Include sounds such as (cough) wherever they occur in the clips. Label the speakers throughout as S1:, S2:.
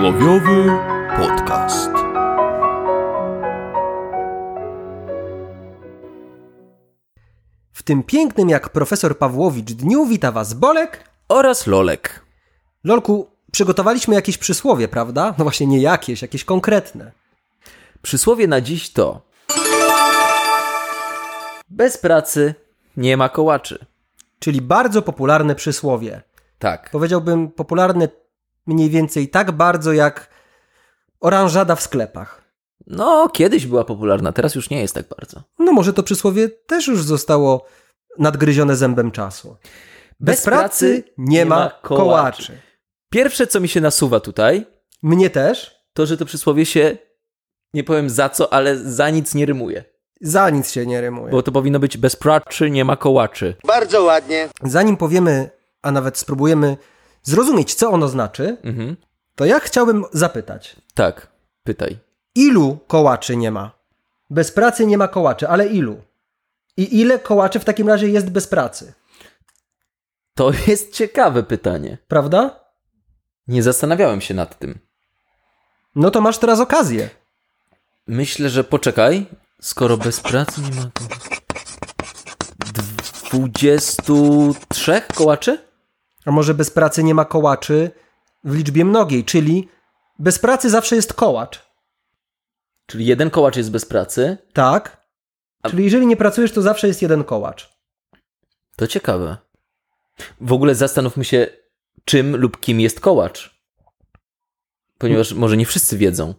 S1: Bojowy podcast.
S2: W tym pięknym jak profesor Pawłowicz dniu wita Was Bolek.
S1: Oraz Lolek.
S2: Lolku, przygotowaliśmy jakieś przysłowie, prawda? No właśnie nie jakieś, jakieś konkretne.
S1: Przysłowie na dziś to: Bez pracy nie ma kołaczy.
S2: Czyli bardzo popularne przysłowie.
S1: Tak.
S2: Powiedziałbym popularne mniej więcej tak bardzo jak oranżada w sklepach.
S1: No, kiedyś była popularna, teraz już nie jest tak bardzo.
S2: No może to przysłowie też już zostało nadgryzione zębem czasu. Bez, pracy, nie ma kołaczy.
S1: Pierwsze, co mi się nasuwa tutaj,
S2: Mnie też?
S1: to że to przysłowie się nie powiem za co, ale za nic nie rymuje.
S2: Za nic się nie rymuje.
S1: Bo to powinno być bez pracy nie ma kołaczy.
S3: Bardzo ładnie.
S2: Zanim powiemy, a nawet spróbujemy zrozumieć, co ono znaczy,
S1: Mhm.
S2: to ja chciałbym zapytać.
S1: Tak, pytaj.
S2: Ilu kołaczy nie ma? Bez pracy nie ma kołaczy, ale ilu? I ile kołaczy w takim razie jest bez pracy?
S1: To jest ciekawe pytanie.
S2: Prawda?
S1: Nie zastanawiałem się nad tym.
S2: No to masz teraz okazję.
S1: Myślę, że poczekaj. Skoro bez pracy nie ma to. 23 kołaczy?
S2: A może bez pracy nie ma kołaczy w liczbie mnogiej, czyli bez pracy zawsze jest kołacz.
S1: Czyli jeden kołacz jest bez pracy.
S2: Tak?
S1: A-
S2: Czyli jeżeli nie pracujesz, to zawsze jest jeden kołacz.
S1: To ciekawe. W ogóle zastanówmy się, czym lub kim jest kołacz. Ponieważ może nie wszyscy wiedzą,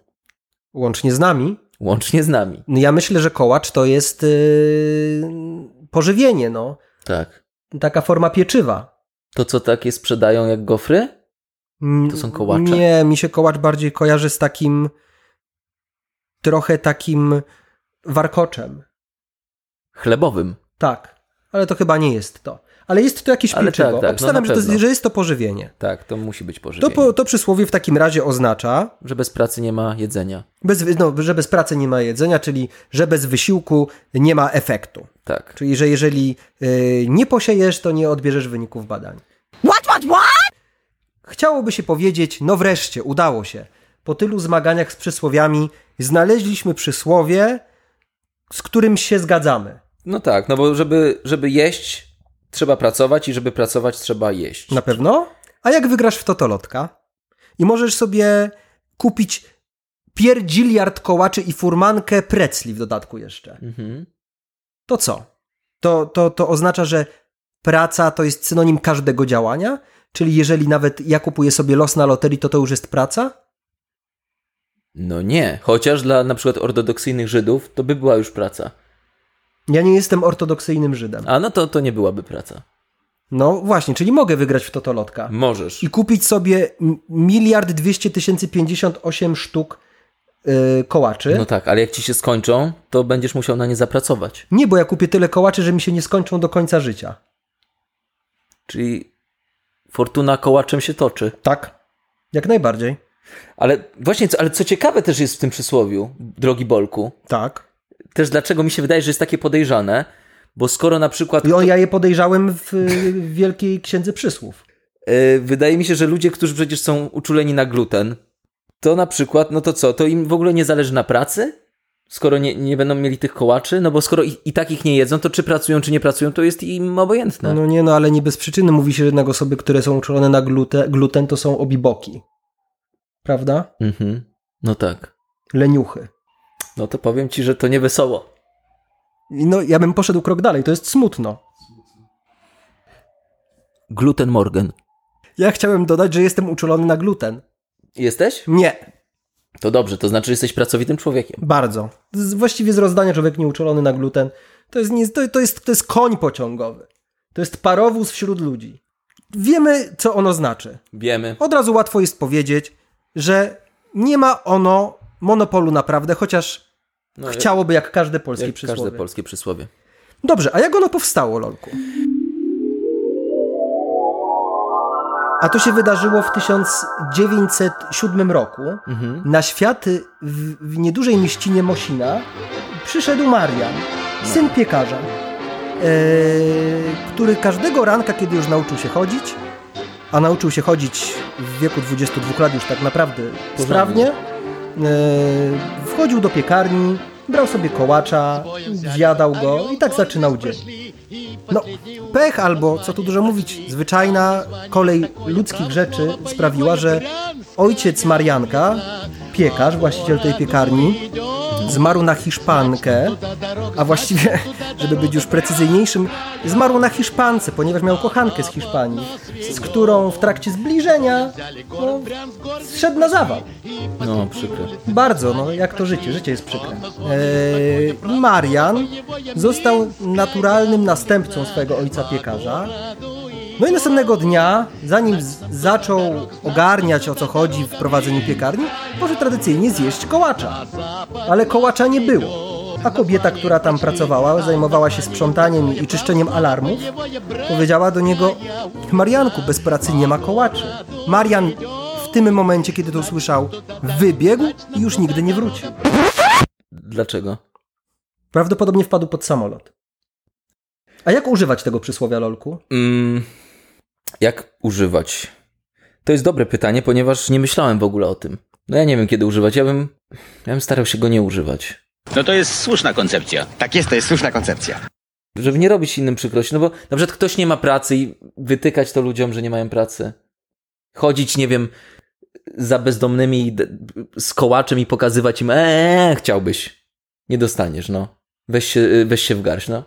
S2: Łącznie z nami.
S1: łącznie z nami.
S2: No ja myślę, że kołacz to jest yy, pożywienie, no.
S1: Tak.
S2: Taka forma pieczywa.
S1: To, co takie sprzedają jak gofry?
S2: Mm,
S1: To są kołacze?
S2: Nie, mi się kołacz bardziej kojarzy z takim trochę takim warkoczem.
S1: Chlebowym.
S2: Tak, ale to chyba nie jest to. Ale jest to jakieś
S1: Ale
S2: pieczywo.
S1: tak, tak, no
S2: Obstawiam,
S1: na
S2: że, to, jest-
S1: pewno.
S2: że jest to pożywienie.
S1: Tak, to musi być
S2: To,
S1: pożywienie.
S2: po, to przysłowie w takim razie oznacza,
S1: Że bez pracy nie ma jedzenia.
S2: bez, wy- no, że bez pracy nie ma jedzenia, czyli że bez wysiłku nie ma efektu.
S1: Tak.
S2: Czyli, że jeżeli y, nie posiejesz, to nie odbierzesz wyników badań. What, what, what? Chciałoby się powiedzieć, no wreszcie, udało się. Po tylu zmaganiach z przysłowiami znaleźliśmy przysłowie, z którym się zgadzamy.
S1: No tak, no bo żeby, żeby jeść, trzeba pracować i żeby pracować, trzeba jeść.
S2: Na pewno? A jak wygrasz w Totolotka? I możesz sobie kupić pierdziliard kołaczy i furmankę precli w dodatku jeszcze.
S1: Mhm.
S2: To co? To, to, to oznacza, że praca to jest synonim każdego działania? Czyli jeżeli nawet ja kupuję sobie los na loterii, to to już jest praca?
S1: No nie, chociaż dla na przykład ortodoksyjnych Żydów to by była już praca.
S2: Ja nie jestem ortodoksyjnym Żydem.
S1: A no to, to nie byłaby praca.
S2: No właśnie, czyli mogę wygrać w Totolotka
S1: Możesz.
S2: i kupić sobie m- miliard dwieście tysięcy pięćdziesiąt osiem sztuk yy, kołaczy.
S1: No tak, ale jak ci się skończą, to będziesz musiał na nie zapracować.
S2: Nie, bo ja kupię tyle kołaczy, że mi się nie skończą do końca życia.
S1: Czyli fortuna kołaczem się toczy.
S2: Tak? Jak najbardziej.
S1: Ale właśnie, co, ale co ciekawe też jest w tym przysłowiu, drogi Bolku,
S2: Tak.
S1: też dlaczego mi się wydaje, że jest takie podejrzane, bo skoro na przykład...
S2: I on, ja je podejrzałem w, y, Wielkiej Księdze Przysłów.
S1: E, wydaje mi się, że ludzie, którzy przecież są uczuleni na gluten, to na przykład, no to co, to im w ogóle nie zależy na pracy? Skoro nie, nie będą mieli tych kołaczy? No bo skoro i, i tak ich nie jedzą, to czy pracują, czy nie pracują, to jest im obojętne.
S2: No nie, no ale nie bez przyczyny mówi się, że jednak osoby, które są uczulone na glute, gluten, to są obiboki. Prawda?
S1: Mhm. No tak.
S2: Leniuchy.
S1: No to powiem ci, że to nie wesoło.
S2: I No ja bym poszedł krok dalej, to jest smutno.
S1: Gluten Morgan.
S2: Ja chciałem dodać, że jestem uczulony na gluten.
S1: Jesteś?
S2: Nie,
S1: To dobrze, to znaczy, że jesteś pracowitym człowiekiem.
S2: bardzo. Z, właściwie z rozdania człowiek nieuczulony na gluten to jest, nie, to, to, jest, to jest koń pociągowy. To jest parowóz wśród ludzi. Wiemy, co ono znaczy.
S1: Wiemy.
S2: Od razu łatwo jest powiedzieć, że nie ma ono monopolu naprawdę, chociaż
S1: No,
S2: chciałoby jak każde polskie
S1: jak
S2: przysłowie.
S1: każde polskie przysłowie.
S2: Dobrze, a jak ono powstało, Lolku? A to się wydarzyło w 1907 roku. Na świat w, w niedużej mieścinie Mosina przyszedł Marian, syn piekarza, e, który każdego ranka, kiedy już nauczył się chodzić, a nauczył się chodzić w wieku 22 lat już tak naprawdę sprawnie. E, Wchodził do piekarni, brał sobie kołacza, zjadał go i tak zaczynał dzień. No, pech albo, co tu dużo mówić, zwyczajna kolej ludzkich rzeczy sprawiła, że ojciec Marianka, piekarz, właściciel tej piekarni, zmarł na Hiszpankę, a właściwie, (laughs) żeby być już precyzyjniejszym, zmarł na Hiszpance, ponieważ miał kochankę z Hiszpanii, z którą w trakcie zbliżenia no, zszedł na zawał.
S1: No, przykre.
S2: Bardzo, no jak to życie, życie jest przykre. Eee, Marian został naturalnym następcą swojego ojca piekarza. No i następnego dnia, zanim z- zaczął ogarniać o co chodzi w prowadzeniu piekarni, może tradycyjnie zjeść kołacza. Ale kołacza nie było. A kobieta, która tam pracowała, zajmowała się sprzątaniem i czyszczeniem alarmów, powiedziała do niego: Marianku, bez pracy nie ma kołaczy. Marian w tym momencie, kiedy to usłyszał, wybiegł i już nigdy nie wrócił.
S1: Dlaczego?
S2: Prawdopodobnie wpadł pod samolot. A jak używać tego przysłowia lolku?
S1: Mm, jak używać? To jest dobre pytanie, ponieważ nie myślałem w ogóle o tym. No ja nie wiem, kiedy używać. Ja bym, ja bym starał się go nie używać.
S3: No to jest słuszna koncepcja.
S4: Tak jest, to jest słuszna koncepcja.
S1: Żeby nie robić innym przykrości. No bo na przykład ktoś nie ma pracy i wytykać to ludziom, że nie mają pracy. Chodzić, nie wiem, za bezdomnymi i d- z kołaczem i pokazywać im, eee, chciałbyś. Nie dostaniesz, no. Weź się, weź się w garść, no.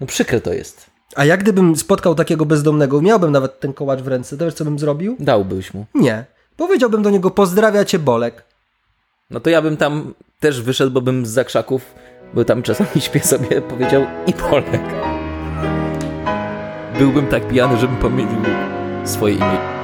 S1: No przykre to jest.
S2: A jak gdybym spotkał takiego bezdomnego, miałbym nawet ten kołacz w ręce, to wiesz co bym zrobił?
S1: Dałbyś mu.
S2: Nie. Powiedziałbym do niego: Pozdrawia cię Bolek.
S1: No to ja bym tam też wyszedł, bo bym z krzaków, bo tam czasami (laughs) śpię sobie, powiedział i Polek. Byłbym tak pijany, żebym pomylił swoje imię.